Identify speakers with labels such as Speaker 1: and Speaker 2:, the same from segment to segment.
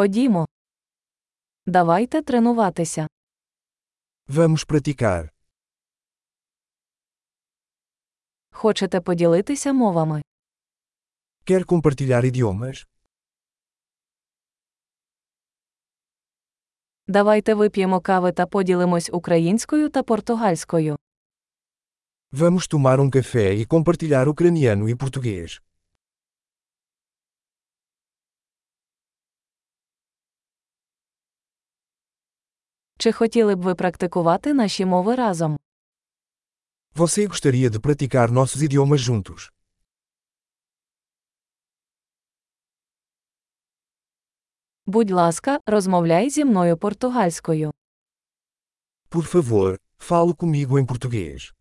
Speaker 1: Ходімо. Давайте тренуватися.
Speaker 2: Vamos praticar.
Speaker 1: Хочете поділитися мовами?
Speaker 2: Quer compartilhar idiomas?
Speaker 1: Давайте вип'ємо кави та поділимось українською та португальською.
Speaker 2: Vamos tomar um café e compartilhar ucraniano e português.
Speaker 1: Чи хотіли б ви практикувати наші мови разом?
Speaker 2: Você gostaria de praticar nossos idiomas juntos?
Speaker 1: Будь ласка, розмовляй зі мною португальською.
Speaker 2: Por favor, fale comigo em português.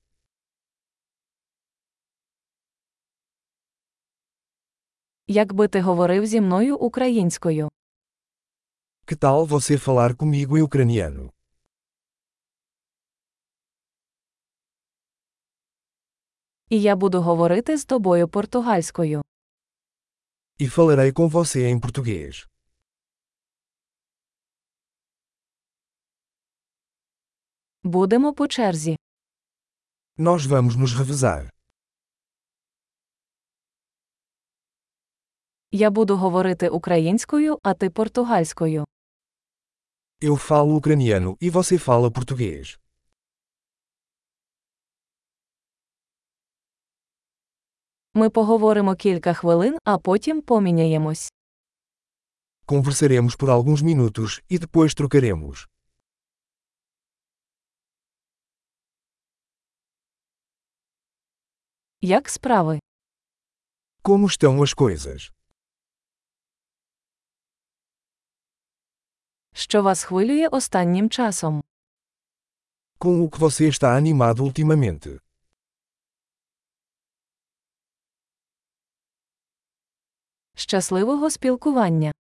Speaker 1: Якби ти говорив зі мною українською.
Speaker 2: Que tal você falar comigo em ucraniano?
Speaker 1: І я буду говорити з тобою португальською.
Speaker 2: E falarei com você em português.
Speaker 1: Будемо по черзі.
Speaker 2: Nós vamos nos revezar.
Speaker 1: Я буду говорити українською, а ти португальською.
Speaker 2: Eu falo ucraniano e você fala português.
Speaker 1: Ми поговоримо кілька хвилин, а потім поміняємось.
Speaker 2: Conversaremos por alguns minutos e depois trocaremos.
Speaker 1: Як справи?
Speaker 2: Como estão as coisas?
Speaker 1: Що вас хвилює останнім часом?
Speaker 2: Com o que você está animado ultimamente?
Speaker 1: Щасливого спілкування!